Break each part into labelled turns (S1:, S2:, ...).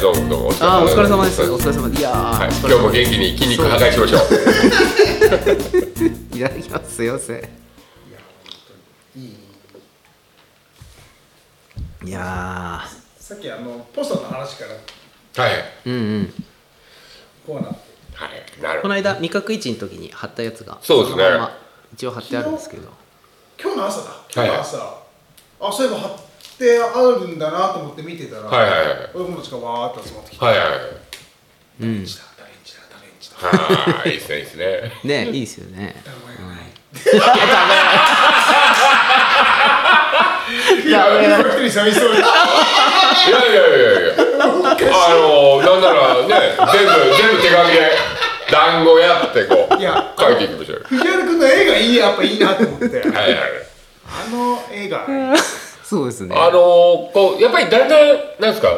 S1: どうもお
S2: ああお疲れ様です
S1: は
S2: お疲れ様ですいや
S1: い、
S2: ー、お疲
S1: 今日
S2: れ様
S1: も元気に筋肉破壊しましょう
S2: いただきますすいませんいや
S3: さっきあのポストの話から
S1: はい
S2: ーうんうん
S3: こうなって
S1: はいなる
S2: この間味覚市の時に貼ったやつが
S1: そうですね
S2: のまま一応貼ってあるんですけど
S3: 今日の朝だ今日の朝、あそういえば貼ってあるんだなと思って見てたら、
S1: はいはいはい
S3: 俺もたちがわーって集まってきて、
S1: はいはい
S2: うん
S3: ダメンチだダメンチだ
S1: はいいいですねいいですね
S2: ねいいですよね
S3: ダメンチだ今一人寂しそう
S1: い
S3: で
S1: やいやいやいや あのなんならね全部全部手紙で団子やってこう
S3: いや
S1: 書いていきましょう
S3: 藤原君の映画いいやっぱいいなと思って
S1: はいはいはい
S3: あの映画
S2: そうですね
S1: あのこうやっぱりだんだんなんですか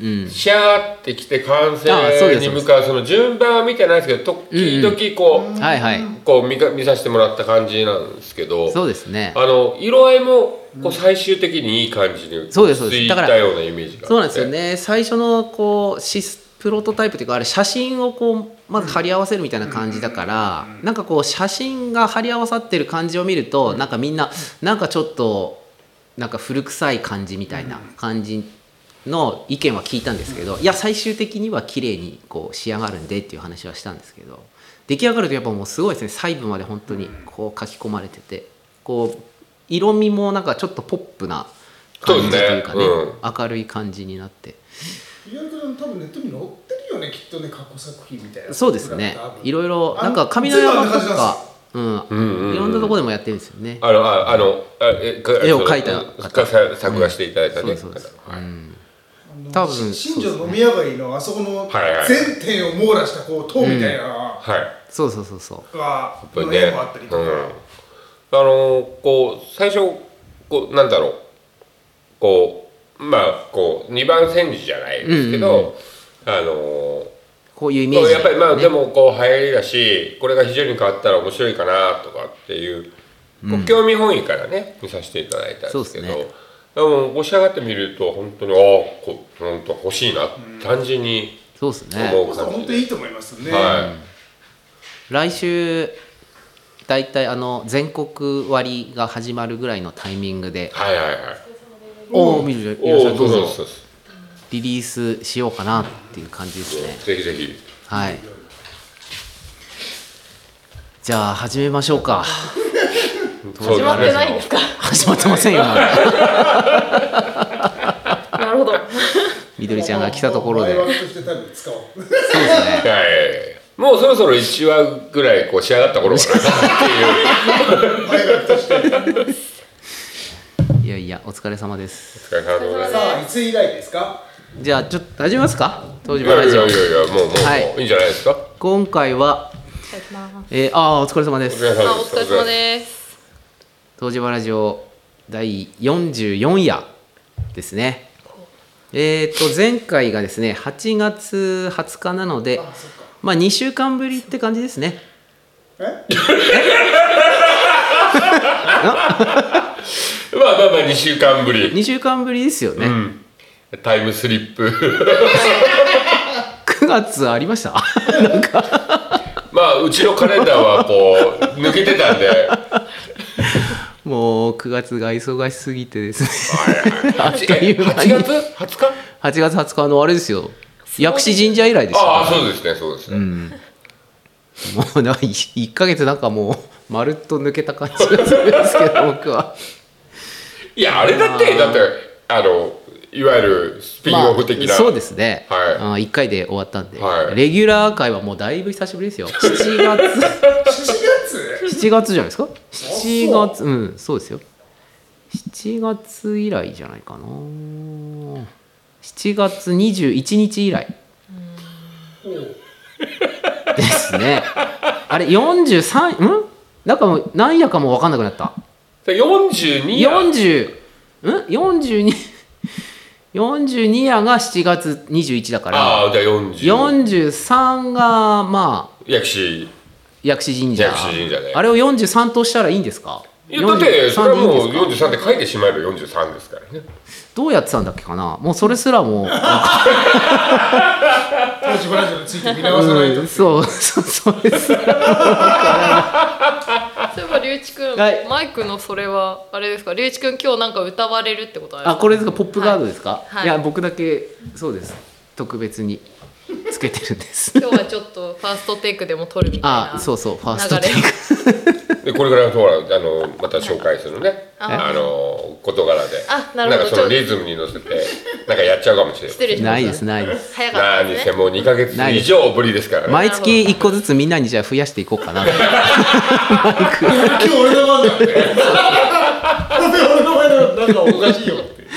S2: うん
S1: 仕上がってきて完
S2: あそうで
S1: 成に
S2: す
S1: 向かうその順番は見てないですけど時々こう,、
S2: はいはい
S1: こう見か見させてもらった感じなんですけど
S2: そうですね
S1: あの色合いもこう最終的にいい感じに
S2: そうですそう
S1: つ
S2: です
S1: い
S2: だ
S1: た
S2: から
S1: ようなイメージがあって
S2: そうなんですよね最初のこうシスプロトタイプというかあれ写真をこうまず貼り合わせるみたいな感じだからなんかこう写真が貼り合わさってる感じを見るとなんかみんななんかちょっとなんか古臭い感じみたいな感じの意見は聞いたんですけどいや最終的には綺麗にこう仕上がるんでっていう話はしたんですけど出来上がるとやっぱもうすごいですね細部まで本当にこう書き込まれててこう色味もなんかちょっとポップな感じというかね
S1: そうですね
S2: 明るい感じになって
S3: 藤原君多分ネットに載ってるよねきっとね過去作品みたいな
S2: そうですね
S3: 多分
S2: いろいろ
S3: あ
S2: なんか神の山と
S3: 全部あんな感
S2: かうん
S1: うんうん
S2: いろんなとこでもやってるんですよね
S1: あのああのあえか
S2: 絵を描いた
S1: その
S2: 方
S1: か作画していただいたね、
S2: うんそうですそう
S1: はい
S3: あの
S2: 多分
S3: 新庄飲み屋街のあそこの
S1: はいはい
S3: 全店を網羅したこう塔みたいな
S1: はい
S2: そうそうそうそう
S3: のが
S1: やっぱ
S3: の
S1: り
S3: 絵
S1: ね
S3: もあったりと
S1: う
S3: か、
S1: ん、あのこう最初こうなんだろうこうまあこう二番煎じじゃないですけど、あの
S2: こういうイメージ
S1: そうやっぱりまあ
S2: ね
S1: でもこう流行りだしこれが非常に変わったら面白いかなとかっていう、こう興味本位からね見させていただいたんですけど
S2: そうですね
S1: でも押し上がってみると本当にああこう本当欲しいな、単純に
S2: そうですね
S1: 思う
S3: こそ本当にいいと思いますね、
S1: は
S2: 来週大体あの全国割が始まるぐらいのタイミングで
S1: い、はいはいはい
S2: おお見る
S1: おおー
S2: ど
S1: ど
S2: う
S1: う
S2: ぞ
S1: ぞそうです
S2: リリースしようかなっていう感じですね
S1: ぜひぜひ
S2: はいじゃあ始めましょうか
S1: 始
S4: まってないんですか。
S2: 始まってませんよ
S4: なるほど。
S2: みどりちゃんが来たところで
S3: お前はとして多分使おう
S2: そうですね
S1: はいもうそろそろ1話ぐらいこう仕上がった頃かなっていう
S2: いやいやお疲れ様です
S1: お疲れ様でござ いま
S3: さあいつ以来ですか
S2: じゃあちょっと始めますか東
S1: すい
S2: 島
S1: や
S2: ラ
S1: い
S2: ジオ
S1: やいやいやもうもうもう、
S2: はい
S1: い、いんじゃないですか
S2: 今回はい
S4: ただきます。
S2: えー、あーお疲れ様です
S4: あ、お疲れ様です。
S2: 東芝ラジオ第44夜ですねえっ、と前回がですね8月20日なので
S3: あそっか
S2: まあ2週間ぶりって感じですね
S3: え
S1: まあまあまあ2週間ぶり
S2: 2週間ぶりですよね、
S1: タイムスリップ
S2: 9月ありました
S1: まあうちのカレンダーはこう抜けてたんで
S2: もう9月が忙しすぎてですね あっとい
S1: え
S2: う
S1: 8
S2: 間
S1: 月
S2: に
S1: 20日
S2: 8月20日のあれですよ薬師神社以来ですよ
S1: ああそうですねそうですね、
S2: もうな1ヶ月なんかもうまるっと抜けた感じがするんですけど 僕はい
S1: やあれだってだってあのいわゆるスピンオフ的な、
S2: まあそうですね、
S1: はい
S2: あ1回で終わったんで、
S1: はい
S2: レギュラー回はもうだいぶ久しぶり ですよ7
S3: 7月
S2: 月7月じゃないですか7
S3: そう
S2: 月うんそうですよ7月以来じゃないかな7月21日以来
S3: おう
S2: ですねあれ43んなんかもう何やかも分かんなくなった
S1: 42や
S2: 40ん42 42夜が7月21だから
S1: ああじゃあ40
S2: 43がまあ
S1: 薬師
S2: 薬師神社
S1: 薬師神社ね
S2: あれを43としたらいいんですか
S1: いやだってそれはもう
S2: 43でいいんです
S1: 43って書いてしまえば43ですからね
S2: どうやってたんだっけかなもうそれすらも う
S3: 当時ラジオについて見直さないと。
S2: そうそうそうです
S4: そういえば龍一くん、
S2: はい
S4: マイクのそれはあれですか龍一くん今日なんか歌われるってことなんです
S2: あ
S4: か
S2: これですかポップガードですか、
S4: はい
S2: い、や僕だけそうです特別につけてるん です
S4: 今日はちょっとファーストテイクでも撮るみたいな
S2: あそうそうファースト
S4: 流れ
S2: テイク
S1: でこれからほらあのまた紹介するねあの事柄で
S4: あなるほど
S1: んかそのリズムに乗せてなんかやっちゃうかもしれない
S4: 失礼しました
S2: ないですないです
S4: 早かった
S1: 何
S4: です
S1: せ
S4: ね
S1: もう2か月以上ぶりですからね
S2: 毎月一個ずつみんなにじゃあ増やしていこうかな
S3: 今日俺の番だよ。俺の前だなんかおかしいよって。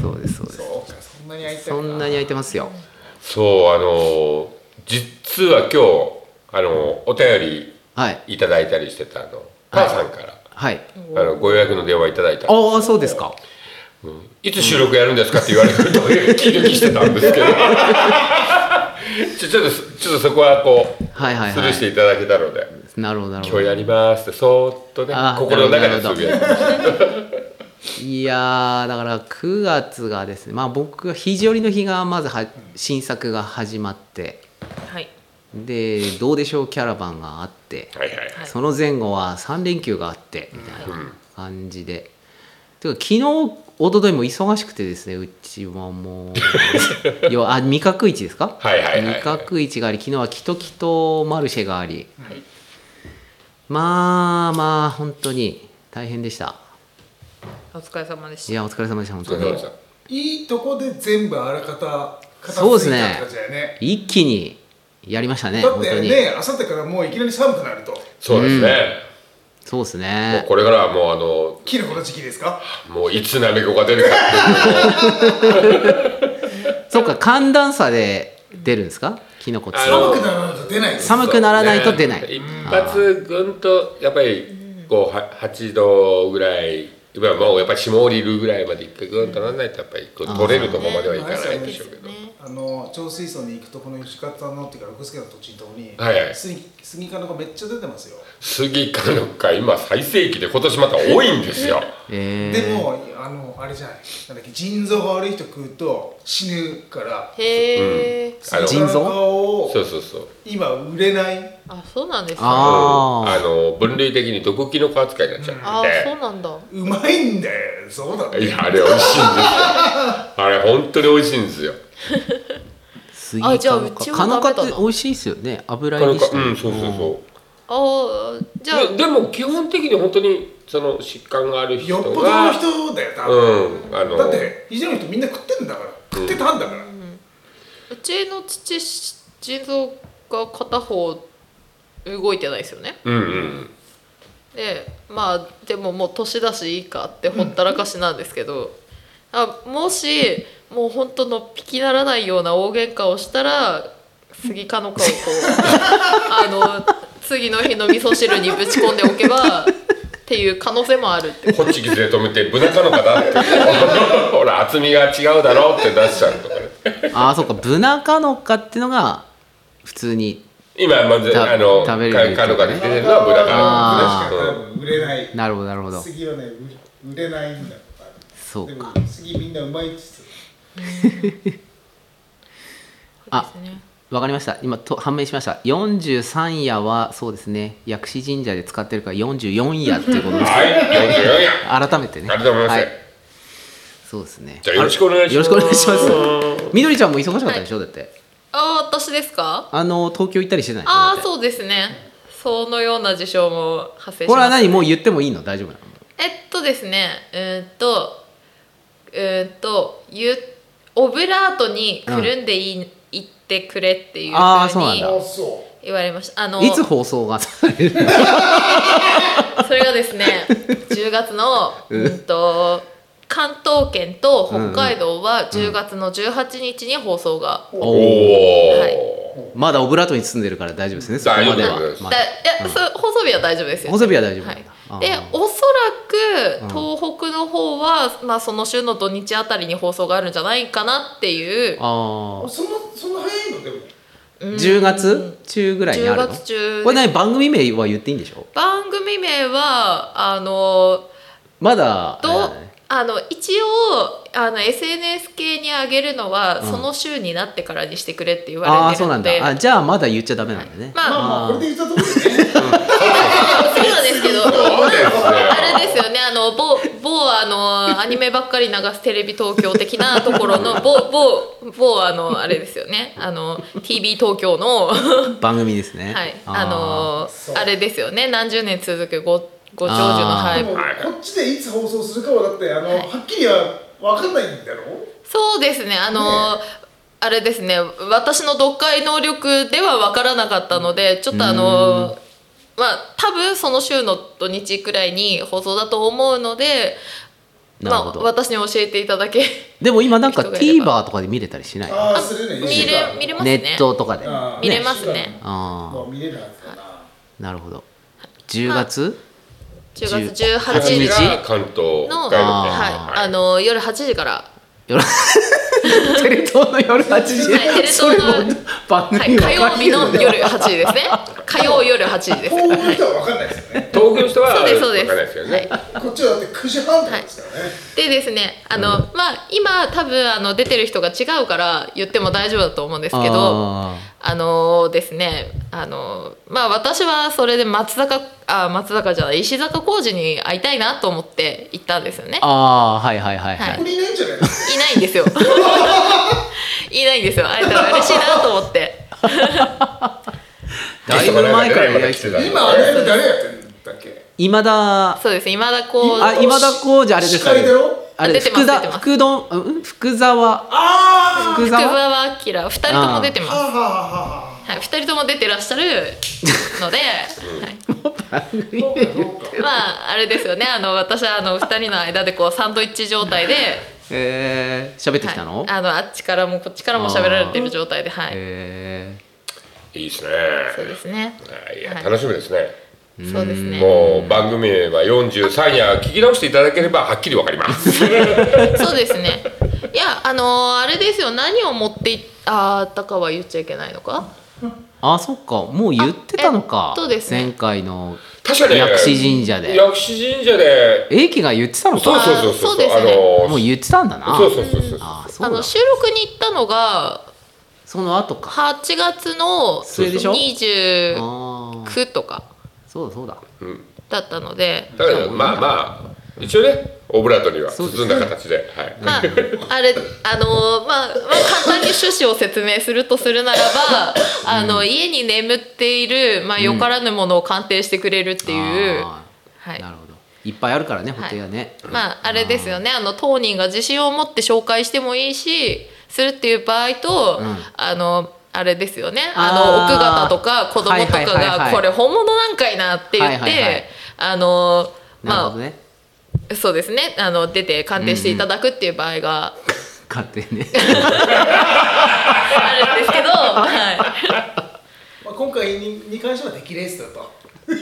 S2: そうですそうです
S3: そうかそんなに会いたい
S2: そんなに空いてますよ
S1: そうあの実は今日あのお便
S2: はい
S1: りいただいたりしてたあの母さんから、
S2: はい
S1: あのご予約の電話いただいた
S2: ああそうですか
S1: いつ収録やるんですかって言われるとキリキリしてたんですけ どちょちょっとそちょっとそこはこう
S2: はいはいはい
S1: スルーしていただけたので
S2: なるほど
S1: 「
S2: なるほ
S1: 今日
S2: ど
S1: やります」ってそーっとね
S2: あ
S1: 心の中でつぶやいてまし
S2: いやーだから9月がですねまあ僕は肘折の日がまずは新作が始まって
S4: はい
S2: で「どうでしょうキャラバン」があって
S1: たはいはいはい
S4: はい
S2: その前後は3連休があってみたいな感じで。てか昨日一昨日も忙しくてですねうちは もうよあ味覚市ですか
S1: はいはいはい
S2: 味覚市があり昨日はキトキトマルシェがあり、まあまあ本当に大変でした
S4: お疲れ様でし
S2: い
S4: た
S2: やお疲れ様でした本
S1: お疲
S2: 当
S1: れ様
S2: に
S1: でした
S3: いいとこで全部あらかた片
S2: そうです
S3: 付いたっ
S2: ね
S3: て感じだよね。
S2: 一気にやりましたね
S3: だっ
S2: 本当
S3: て
S2: に
S3: ね、あさってからもういきなり寒くなると。
S1: そうですね、
S2: そうです
S1: もう
S2: ね
S1: これからはもうあの
S3: キノコの時期ですか？
S1: もういつ鍋子が出るかっていうのを
S2: そっか寒暖差で出るんですかキノコって
S1: あの
S3: 寒くならないと出ないです。
S2: 寒くならないと出ない
S1: そうね一発ぐんとやっぱりこうは8度ぐらい今もうやっぱり霜降りるぐらいまで一回ぐんとならないとやっぱりこう取れるとこまではいかないんでしょうけど、
S3: あの長水槽に行くとこの吉川さんのっていうか六助の土地のとこに、
S1: はいはい
S3: スギスギ科の子めっちゃ出てますよ、
S1: スギ科の科今最盛期で今年また多いんですよ
S2: えー
S3: でもあのあれじゃないなんだっけ腎臓が悪い人食うと死ぬから
S4: へえ、
S3: スギ科の
S2: 腎臓
S3: 顔を
S1: そうそうそう
S3: 今売れない
S4: あそうなんです
S2: あ
S4: か
S1: あ
S2: ー
S1: の分類的に毒キノコ扱いになっちゃ
S4: あーそう
S1: う
S4: なんだ
S3: うまいんだよそうだ
S1: んでい
S3: ね
S1: やあれ美味しいんですよあれ本当に美味しいんですよ
S2: スイ
S4: あじゃあ
S2: カノカ
S4: うちは
S2: カノカって
S4: ダメだな
S2: 美味しいですよね油
S1: こ
S2: 入
S1: の
S2: りして
S1: か
S2: る
S1: うんそうそうそう、
S4: あーじゃあ
S1: ででも基本的に本当にその疾患がある人が
S3: よっぽどの人だよ多分、
S1: うんあの
S3: だって以上の人みんな食ってんだから食ってたんだから、
S4: うちの父腎臓が片方動いてないですよね
S1: うんうん
S4: でまあでももう年だしいいかってほったらかしなんですけど、あもしもう本当のっぴきならないような大喧嘩をしたら杉かのかをこ うあの次の日の味噌汁にぶち込んでおけばっていう可能性もあるって
S1: ホッチキスで止めて「ブナ科のかなって ほら厚みが違うだろ」って出しちゃうとかね
S2: ああそうかブナカノカってのが普通に
S1: 今まず
S2: た
S1: あの
S2: 食べれる
S1: かのかで出てるのはブナ
S2: あ
S1: 科
S3: ブラ
S1: のか
S3: シが多分売れない
S2: なるほどなるほど
S3: 杉はね売れ売れないんだから
S2: そうか
S3: でも杉みんなうまいっつって
S2: あ
S4: ことですね
S2: わかりました今と判明しました43夜はそうですね薬師神社で使ってるから44夜っていうこと
S1: うん
S2: です
S1: はい44や
S2: 改めてね
S1: ありがとうございます、
S2: はい、そうですね
S1: じゃあよろしくお願いします
S2: よろしくお願いしますみどりちゃんも忙しかったでしょ、だって
S4: あ私ですか
S2: あの東京行ったりしてないでしょだっ
S4: あ
S2: て
S4: あそうですねそのような事象も発生し
S2: これは
S4: ま
S2: 何
S4: す
S2: もう言ってもいいの大丈夫なの
S4: えっとですねえーっとえーっとゆオブラートにくるんでいい、言ってくれっていうふ
S2: あー
S4: う
S2: そうなん
S4: に
S2: だ
S3: そ
S4: 言われましたあの
S2: いつ放送がされる
S4: それがで すね10月のうんと関東圏と北海道は10月の18日に放送が、
S1: お
S4: はい
S1: お
S2: まだオブラートに包んでるから大丈夫ですね。そこま
S1: 大
S2: で
S1: 丈夫で
S2: は。
S1: す
S2: ま
S4: だ
S2: だ
S4: いや、そう放送日は大丈夫ですよ、
S2: 放送日は大丈夫
S4: はい
S2: なんだあー
S4: でおそらく東北の方は、まあ、その週の土日あたりに放送があるんじゃないかなっていう
S2: あ
S3: うそんなそんな早いのでも
S4: うん
S2: 10月中ぐらいにある
S4: 10
S2: の
S4: 月中
S2: これね番組名は言っていいんでしょ
S4: 番組名はあの
S2: まだあれ
S4: ど
S2: だ
S4: う
S2: ね
S4: あの一応あの SNS 系に上げるのは、
S2: うん
S4: その週になってからにしてくれって言
S2: あ
S4: わ
S2: あ
S4: れて
S2: そう
S4: る
S2: なん
S4: の
S2: だ
S4: で
S2: あじゃあまだ言っちゃダメなんだね、
S4: まあ
S3: まあまあこれで言ったところでね
S4: そうなんですけど
S1: そうですね
S4: あれですよねあの某某あのアニメばっかり流すテレビ東京的なとこ ろの某某某あのあれですよねあの TB 東京のは
S2: 番組ですね
S4: い
S2: ー
S4: あの
S3: そう
S4: あれですよね何十年続くごご長寿の
S2: あー
S4: は
S3: で
S4: い
S3: もこっちでいつ放送するかはだってあのはっきりは分かんないんだろ
S4: そうですね、あのーあれですね、私の読解能力では分からなかったので、ちょっとあのーまあ多分その週の土日くらいに放送だと思うので、
S2: な
S4: ま
S2: る
S4: あ
S2: ほど、
S4: 私に教えていただけ
S2: でも今なんか
S4: 人がいれ
S2: TVer とかで見れたりしない
S3: ああ
S4: あ
S3: するね
S4: 見
S3: 一週
S4: れ
S3: 間
S4: 見れます
S2: ネ
S4: ね。
S2: ットとかで
S3: あー
S4: 見れますね
S2: あー
S3: もう見れるはずだ
S2: な
S3: な
S2: るほど、10月
S4: 10月18
S2: 18
S4: 日
S2: 日
S1: が関東
S4: の、
S1: 北海道ね
S4: はい、あのー夜8時から。
S2: 夜 テレ東の夜8時
S4: はいテレ東の
S2: それも番組
S4: はい、火曜日の
S2: 分かれるんだ
S4: 夜8時ですね。火曜夜8時 です。
S3: 東北の人は分かんないです
S1: 東
S3: よね
S1: 京の人は
S4: そうですそう
S1: 分
S4: です
S1: かんないですよね、
S4: は
S3: こっちはだって9時半とかですからね、
S4: でですねあの、まあ今多分あの出てる人が違うから言っても大丈夫だと思うんですけどあ
S2: あ
S4: のですねあのまあ私はそれで松坂あ松坂じゃない石坂浩二に会いたいなと思って行ったんですよね
S2: ーあーはいはいはいはい、
S4: は
S3: ここにいないんじゃないですか
S4: いない んですよいないんですよ会えたら嬉しいなと思って
S2: だいぶ前から予約してた
S3: 今あれ誰やってるんだっけ
S2: 今田あ
S4: そうです今田こう
S2: 今田耕司あれです
S3: 司会だろ
S2: あれ
S4: 出てます
S2: 福田
S4: 出てます
S2: 福どんうん福沢
S3: あ
S2: 福
S4: 福
S2: 沢
S4: 沢明二人とも出て
S3: あ
S4: ます
S3: はあはあはあ
S4: はい、二人とも出てらっしゃる ので、はい、まああれですよねあの私はあの二人の間でこうサンドイッチ状態で、
S2: えー喋ってきたの、
S4: はい、あのあっちからもこっちからも喋られてる状態ではい
S2: え
S1: いいですね
S4: そうですね
S1: いや
S4: はい
S1: 楽しみですね、
S4: そうですね
S1: もう番組名は43夜聞き直していただければはっきりわかります
S4: そうですねいやあのーあれですよ何を持っていあったかは言っちゃいけないのか
S2: ー、あそっかもう言ってたのか
S4: あえっとですね
S2: 前回の
S1: 確かに
S2: 薬師神社で
S1: 薬師神社で
S2: 英樹が言ってたの
S1: そう
S2: か
S1: そうそうそう
S4: あそうですね
S1: あの
S2: もう言ってたんだな
S1: そうそうそうそう
S2: あーそ
S4: あ
S2: う
S4: の
S2: だ
S4: 収録に行ったのが
S2: その後か
S4: 8月の
S2: 末でしょ
S4: 29
S2: ああ
S4: とか
S2: そうだそうだ
S4: だったので
S1: だからまあまあ一応ねオブラートには
S2: そうで
S1: 包
S2: す
S1: んだ形ではい
S4: まあ、あれ、あのーまあ、まあ、簡単に趣旨を説明するとするならば、あの、家に眠っている、まあ、よからぬものを鑑定してくれるっていう、
S2: あ
S4: は
S2: ー
S4: い
S2: な。るほどいっぱいあるからね
S4: はい
S2: 補填はね、
S4: まあ、あれですよね、あの、当人が自信を持って紹介してもいいし、するっていう場合と、
S2: うん
S4: あの、あれですよね、
S2: あ
S4: あ
S2: ー
S4: の、奥方とか子供とか
S2: はいはいはいは
S4: が、
S2: い
S4: これ本物なんかいなって言って、
S2: はいはいはい
S4: あのー
S2: なるほ
S4: ま
S2: どね
S4: あ、そうですね、あの、出て鑑定していただくっていう場合が、
S2: 勝手にね
S4: あるんですけど、はい。
S3: まあ、今回にに関しては出来レースだと
S4: あ、そんな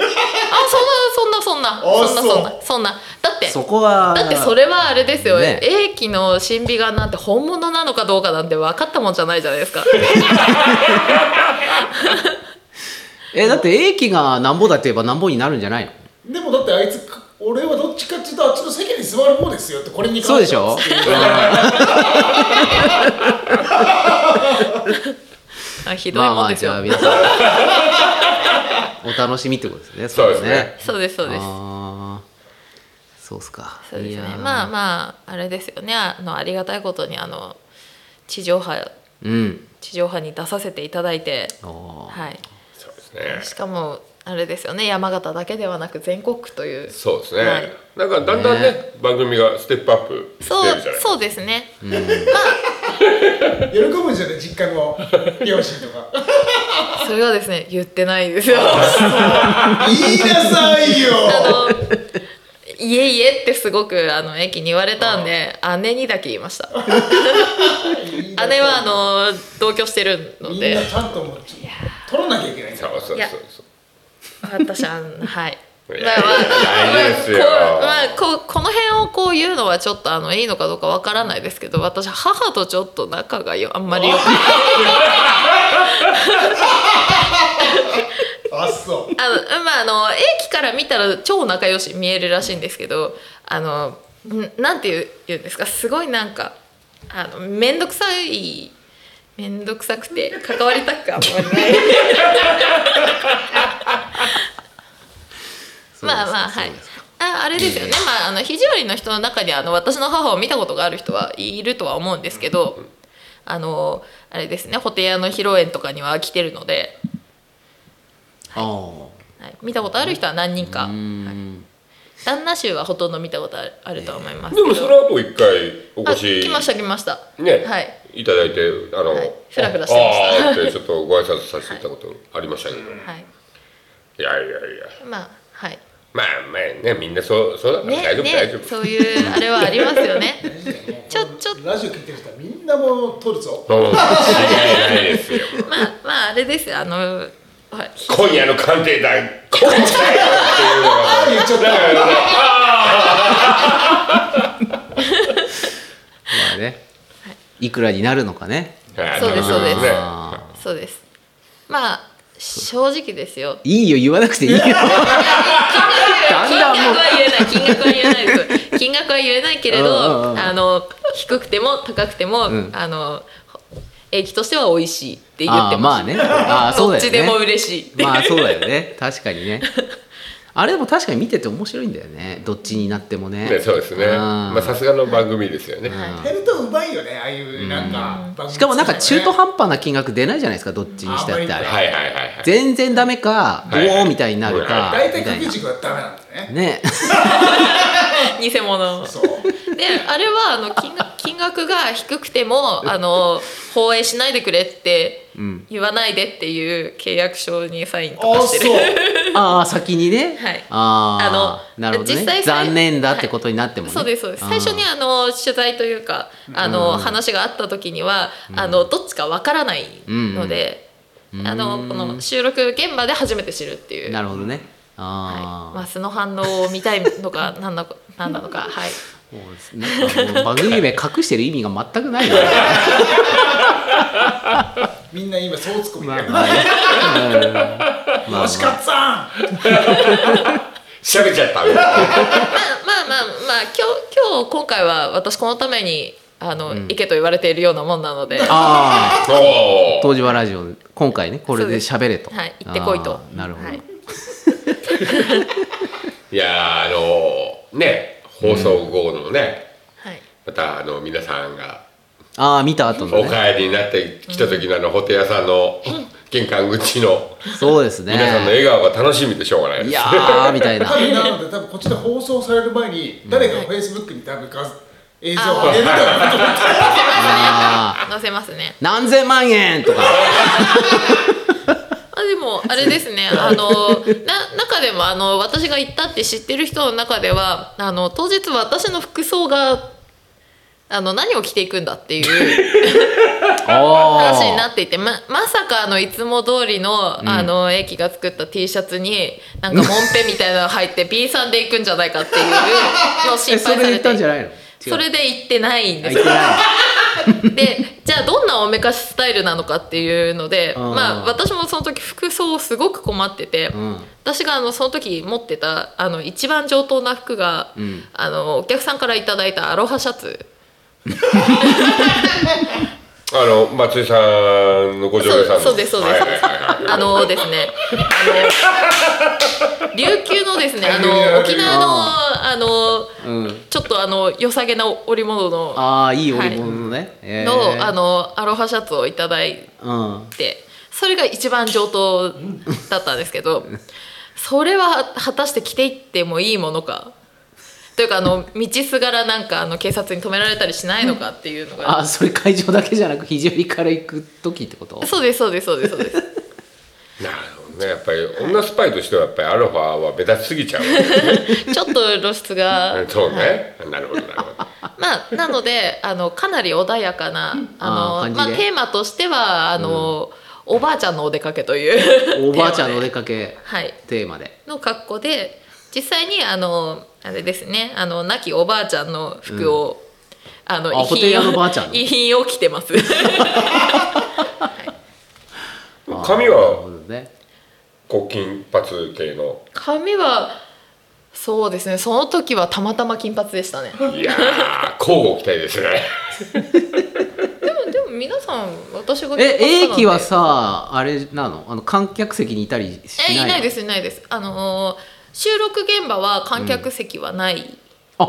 S4: そんなそんなそんなそんなそんなだっ て
S2: そこは
S4: だってそれはあれですよ。
S2: ね
S4: 英気の神美眼なんて本物なのかどうかなんて分かったもんじゃないじゃな いですか。
S2: えだって英樹がなんぼだって言えばなんぼになるんじゃないの
S3: でもだってあいつか俺はどっちかっていうとあっちの席に座る方ですよってこれに
S2: そう
S3: 関
S2: で
S3: し
S2: して
S3: は
S2: ょ
S4: あひど
S2: ま
S4: い
S2: あま
S4: もん
S2: あ
S4: です
S2: じ
S4: よ。
S2: ゃあ皆さんお 楽しみってことですね
S1: そうですね
S4: そうですそうです。
S2: あーそうっすか
S4: そうです
S2: い
S4: ね
S2: やー。
S4: まあまああれですよね。あのありがたいことにあの地上波
S2: うん
S4: 地上波に出させていただいて、
S2: おー
S4: はい。
S1: そうですね
S4: しかもあれですよね。山形だけではなく全国区という。
S1: そうですね、
S4: はい
S1: なんかだんだんね番組がステップアップして
S4: そ
S1: る
S4: う
S1: じゃない
S4: そうですね。
S3: 喜ぶんじゃない実家の 両親とか
S4: それがですね言ってないんですよ。
S3: 言いなさいよ
S4: あの「いえいえ」ってすごくあの駅に言われたんで姉にだけ言いま した姉はあの同居してるの
S3: みんな
S4: で
S3: ちゃんともう取らなきゃいけないんだ
S1: そうそうそう
S4: いや
S1: そう
S4: 私ははい。
S1: いや
S4: まあまあ
S1: 大事ですよ
S4: まあこうまあこうこの辺をこう言うのはちょっとあのいいのかどうかわからないですけど私母とちょっと仲がよあんまりよく
S3: あそう
S4: あのまああの駅から見たら超仲良し見えるらしいんですけどあのんなんて言う言うんですかすごいなんかあの面倒くさい面倒くさくて関わりた くあんまりないまあまあはいああれですよね、まあ、あの肘折の人の中にあの私の母を見たことがある人はいるとは思うんですけどあのあれですね布袋屋の披露宴とかには来てるので。
S2: あー
S4: はい、見たことある人は何人か、
S2: う
S4: はい
S2: ん
S4: 旦那衆はほとんど見たことあるあると思いますけ
S1: で
S4: ど、
S1: もその後一回お
S4: あ
S1: 越し
S4: 来ました来ました
S1: ね、
S4: はい
S1: い、ただいてあの、
S4: はいふらふらしてました
S1: あーってちょっとご挨拶させていただいたことありましたけど、い、
S4: はい
S1: やいやいや
S4: まあはい
S1: まあまあねみんなそうそうだから
S4: ね
S1: 大丈夫、大
S4: ね
S1: 丈夫
S4: そういうあれはあります よねちょちょ
S3: ラジオ聞いてる人はみんなもう撮るぞ
S1: うん違いないですよ
S4: まあまああれですよあのはい
S1: 今夜の鑑定団今夜の鑑定団っていうのが
S3: 言っちゃっ
S1: だから
S3: た
S1: ね
S2: まあねいくらになるのかね
S1: はい
S4: そうですそうです
S1: ね
S2: あ
S4: そうですまあ正直で すよ
S2: ーいいよ言わなくて いいよだん
S4: 金額
S2: だんもう
S4: は言えない金額は言えな いです金額は言えないけれ
S2: うんうんう
S4: ど
S2: ん
S4: あの低くても高くても、
S2: ん
S4: あの駅としては美味しいって言
S2: あ
S4: って
S2: ーま
S4: ま
S2: あ
S4: す
S2: ねあーそう
S4: ど
S2: だ
S4: っ
S2: よね
S4: ちでも嬉しいって
S2: まあそうだよね確かに ねあれでも確かに見てて面白いんだよねどっちになってもね
S1: ねそうですね
S2: あー
S1: まあさすがの番組ですよね、
S3: やるとうまいよねああいうなんか番組
S2: しかもなんか中途半端な金額出ないじゃないですかどっちにしたってあれ
S3: あんま
S1: はいはいはいはい
S2: 全然ダメか
S1: は
S2: ド
S1: い
S2: ーンみたいになるか
S3: 大体
S2: みたい
S3: 掛け
S2: な
S3: 軸はダメなんだね
S2: ね
S4: 偽物
S3: そう
S4: であれはあの金額金額が低くてもあの放映しないでくれって
S2: ん
S4: 言わないでっていう契約書にサインと
S3: あ
S4: か
S3: あ
S4: して
S3: そ
S4: る。
S3: う
S2: ああ先にね
S4: はい
S2: ああ
S4: あの
S2: なるほど
S4: 実際
S2: ね
S4: 最
S2: 残念だってことになってもね
S4: そうですそうです
S2: あー
S4: 最初にあの取材というかあの話があった時にはあのどっちかわからないのであのこの収録現場で初めて知るっていう
S2: なるほどね
S4: はい
S2: ああ
S4: まあ素の反応を見たいのか何なのか何なのかはい
S2: もうなんかもう番組名隠してる意味が全くないよね
S3: みんな今そうツッコミ
S2: ま
S3: だ
S2: あ
S3: よ
S2: まあね うんまあまあ
S3: しかさん
S1: 調べちゃったみたいな
S4: まあまあまあまあ今日今日今回は私このためにあの、行けと言われているようなもんなので、は
S2: ああ
S1: おー
S2: 東芝ラジオ今回ねこれで喋れと
S4: い、行ってこいと
S2: あ。ーなるほど、
S4: はい、
S1: いやーあのーね放送後のね、
S4: はい、
S1: またあの皆さんが
S2: ああ見た後の
S1: お
S2: ね
S1: 帰りになってきた時のあのホテル屋さんの玄関口の
S2: そうですね
S1: 皆さんの笑顔が楽しみでしょうがないです
S2: いやーみたいな
S3: 多分なので多分こっちで放送される前に誰かフェイスブックに多分画映像を上げるからなと思って
S2: あ
S4: 載せますね。
S2: ー何千万円とか
S4: あでもあれで すねあのな中でもあの私が行ったって知ってる人の中ではあの当日私の服装があの何を着ていくんだっていう話にな
S2: あ
S4: っていてままさかあのいつも通りの,、あの駅が作った T シャツになんかもんぺみたいなの入って B さんで行くんじゃないかっていうのを
S2: ーえ
S4: 心配
S2: そ
S4: さ
S2: れで言
S4: れ
S2: ったん
S4: て
S2: じゃないの
S4: それで行ってないん
S2: あ
S4: で
S2: い
S4: す
S2: けない
S4: でじゃあどんなおめかしスタイルなのかっていうので
S2: あー
S4: まあ私もその時服装すごく困ってて、
S2: ん
S4: 私があのその時持ってたあの一番上等な服が、
S2: ん
S4: あのお客さんからいただいたアロハシャツ
S1: あの松井さんのご常連さんの
S4: そうそうですそうです
S1: はいはいはいはい
S4: あのですねあの琉球のですねあの沖縄のあの、
S2: うん
S4: ちょっとあの良さげな織物の
S2: ああいい織物のねえ
S4: の,、
S2: ー
S4: あのアロハシャツをいただいて。
S2: うん
S4: ってそれが一番上等だったんですけどそれは果たして着ていってもいいものかというかあの道すがらなんかあの警察に止められたりしないのかっていうのが
S2: あそれ会場だけじゃなく肘折から行く時ってこと
S4: そうですそうですそうですそうです
S1: なるほどねやっぱり女スパイとしてはやっぱりアロファは目立ちすぎちゃう
S4: ちょっと露出が
S1: そうねなるほどなるほど
S4: まあなのであのかなり穏やかなあの
S2: あー感じ
S4: まあ、
S2: で
S4: テーマとしてはあの、おばあちゃんのお出かけという
S2: おばあちゃんのお出
S4: か
S2: かけ
S4: け、はい、
S2: テーマで
S4: の格好で実際にあのあれですねあの亡きおばあちゃんの服を、あの
S2: あ布袋屋のばあちゃんの
S4: 遺品を着てますは
S1: 髪
S2: なるほ
S1: は
S2: どね
S1: こう金髪系の
S4: 髪はそうですねその時はたまたま金髪でしたね
S1: いやー交互期待ですね
S4: でもでも皆さん私が金髪派なんで
S2: え英気はさあれなのあの観客席にいたりし
S4: え
S2: ないの
S4: いないですいないですあのー収録現場は観客席はない
S2: あ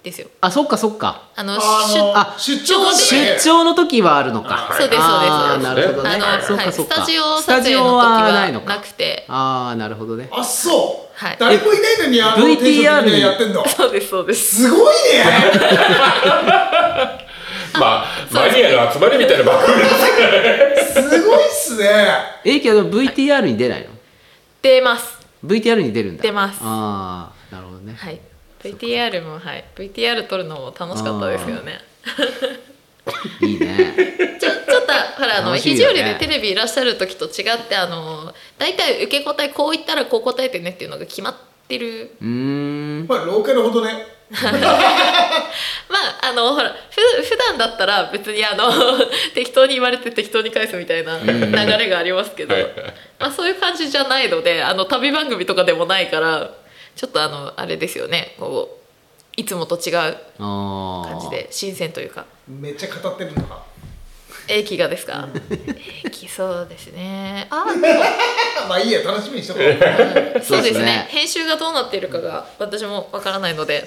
S4: ですよ、
S2: あそっかそっか
S4: あのシュッ
S3: あの出張
S4: あ
S3: で
S2: 出張の時はあるのか
S4: そうです
S2: あー
S4: そう
S2: な
S4: です
S2: るほどね
S4: あの
S2: そっ
S4: は
S2: か
S4: い、
S2: そっ
S4: ス
S2: か
S4: タジオ
S2: ス
S4: 撮
S2: タ
S4: 影
S2: ジ
S4: の
S2: オ
S4: 時
S2: はな
S4: はい
S2: の
S4: な
S2: か
S4: くて
S2: ああなるほどね
S3: あそう、
S4: はい
S3: 誰もいないのにあの
S2: VTR
S3: 定食みんなやってんの
S4: そうですそうです
S3: す ごいね
S1: まあマニアの集まりみたいな番組です
S3: すごいっすね
S2: 英気はでも VTR に出ないの
S4: 出ます。
S2: VTR に出るんだ
S4: 出ます
S2: ああなるほどね
S4: はい。VTR もはい。VTR 撮るのも楽しかったですけどね。
S2: いいね
S4: ちょちょっとほらあの、
S2: 楽しい
S4: 肘
S2: よね
S4: 折りでテレビいらっしゃる時と違ってあの大体受け答えこう言ったらこう答えてねっていうのが決まってる。
S2: うーん
S3: まあローカルほどね
S4: まああのほらふ普段だったら別にあの 適当に言われて適当に返すみたいな流れがありますけど、
S1: はい
S4: まあそういう感じじゃないのであの旅番組とかでもないからちょっとあのあれですよねこういつもと違う
S2: ああ
S4: 感じで新鮮というか。
S3: めっちゃ語ってるのか
S4: 英気がです か英気そうですね あ
S3: まあいいや楽しみにしとこう
S4: うん
S2: そ
S4: そうですね
S2: うですね
S4: 編集がどうなっているかが私もわからないの で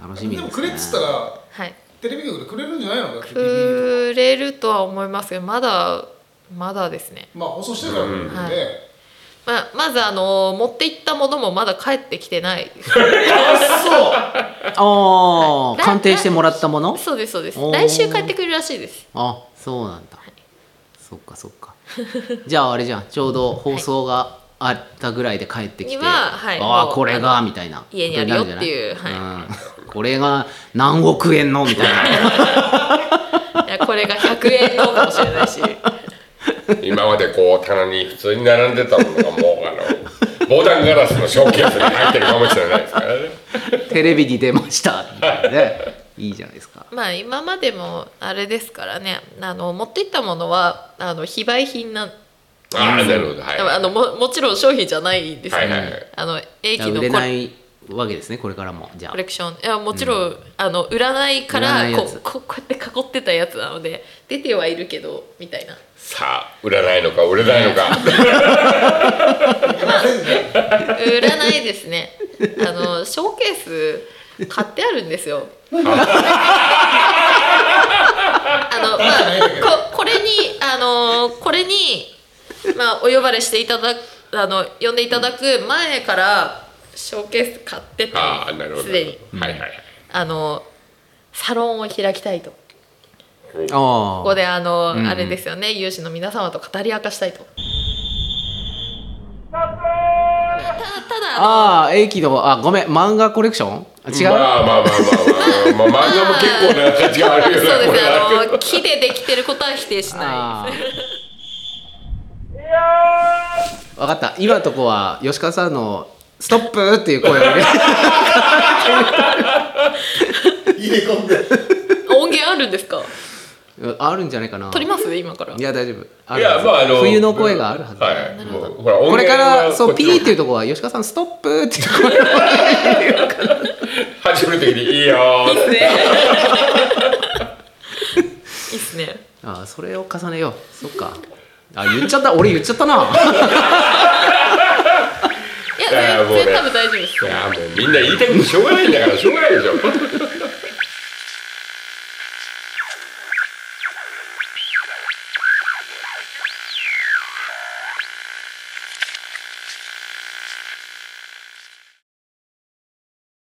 S2: 楽しみで
S3: で
S2: す、
S3: も
S2: ね、
S3: くれっつったら
S4: はい
S3: テレビ局でくれるんじゃないのか
S4: 触れるとは思いますけどまだまだですね
S3: まあ放送してるからね、
S4: はい
S3: で
S4: まあまずあの持って行ったものもまだ帰ってきて ない
S2: あ
S3: あ
S4: はい
S2: あ鑑定してもらったもの
S4: そうですそうです
S2: おー
S4: 来週帰ってくるらしいです
S2: あそうなんだ、そっかそっかじゃああれじゃんちょうど放送があったぐらいで帰ってきて、
S4: にははい
S2: あ
S4: も
S2: あ
S4: う
S2: これ
S4: あ
S2: が
S4: の
S2: みたいな
S4: 家にあるよっていう
S2: ことになるんじゃないうんこれが何億円のみたい な
S4: いやこれが100円のかもしれ ないし
S1: 今までこう棚に普通に並んでたものがもうあの防弾ガラスのショーケースに入ってるかもしれないですからね
S2: テレビに出ましたみたいなねいいじゃないですか
S4: まあ今までもあれですからねあの持って行ったものはあの非売品なん
S1: ああなるほどはい
S4: あのももちろん商品じゃないんですよ、
S1: はいはいはい
S4: あの英
S2: じゃ
S4: 気
S2: あ
S4: の
S2: 売
S4: コ
S2: れな
S4: レ
S2: いわけですねこれからもじゃあ
S4: コレクションいやもちろん、あの売らないか
S2: 売らな
S4: ら
S2: いや
S4: こ
S2: つ
S4: うこうこうやって囲ってたやつなので出てはいるけどみたいな
S1: さあ売らないのか売れないのか
S4: 売らないです ねあのショーケース買ってあるんで すよあのまあここれにあのこれにまあお呼ばれしていただくあの呼んでいただく前からショーケース買ってて
S1: ああなるほど
S4: すでに
S1: はいはいはい
S4: あのサロンを開きたいと
S2: あ
S4: こ
S2: あ
S4: こであの、
S2: ん
S4: あれですよね有志の皆様と語り明かしたいとたただあの
S2: ああ英気のあごめん漫画コレクションあ違う、
S1: まあまあまあまあまあ、まあ、漫画も結構な価値がある
S4: そう
S1: よね
S4: です
S1: これ
S4: ね
S1: は
S4: あの木でできてることは否定しな
S2: ああ分かった今のとこは吉川さんの「ストップ!」っていう声をね
S3: 入れ込んで
S4: い音源あるんですか
S2: あるん じゃないかな
S4: 撮ります今から
S2: いや大丈夫あ
S1: い
S2: る
S1: やまああの
S2: 冬の声があるはずだ、
S1: はいもうほら
S2: これか
S1: 音源
S2: ら
S1: は
S2: そう
S1: こっち
S2: ピ
S1: の
S2: ーっていうとこは吉川さん「ストップ!」っていう声を
S1: 始める時にいいよ
S4: いいっ
S1: ー
S4: すねいいっすね
S2: ああそれを重ねようそっかあ言っちゃった俺言っちゃったな
S4: い
S1: いや
S4: や
S1: もうね
S4: 全然多分大丈夫です
S1: いやもうみんな言いたくてしょうがないんだからしょうがないでしょ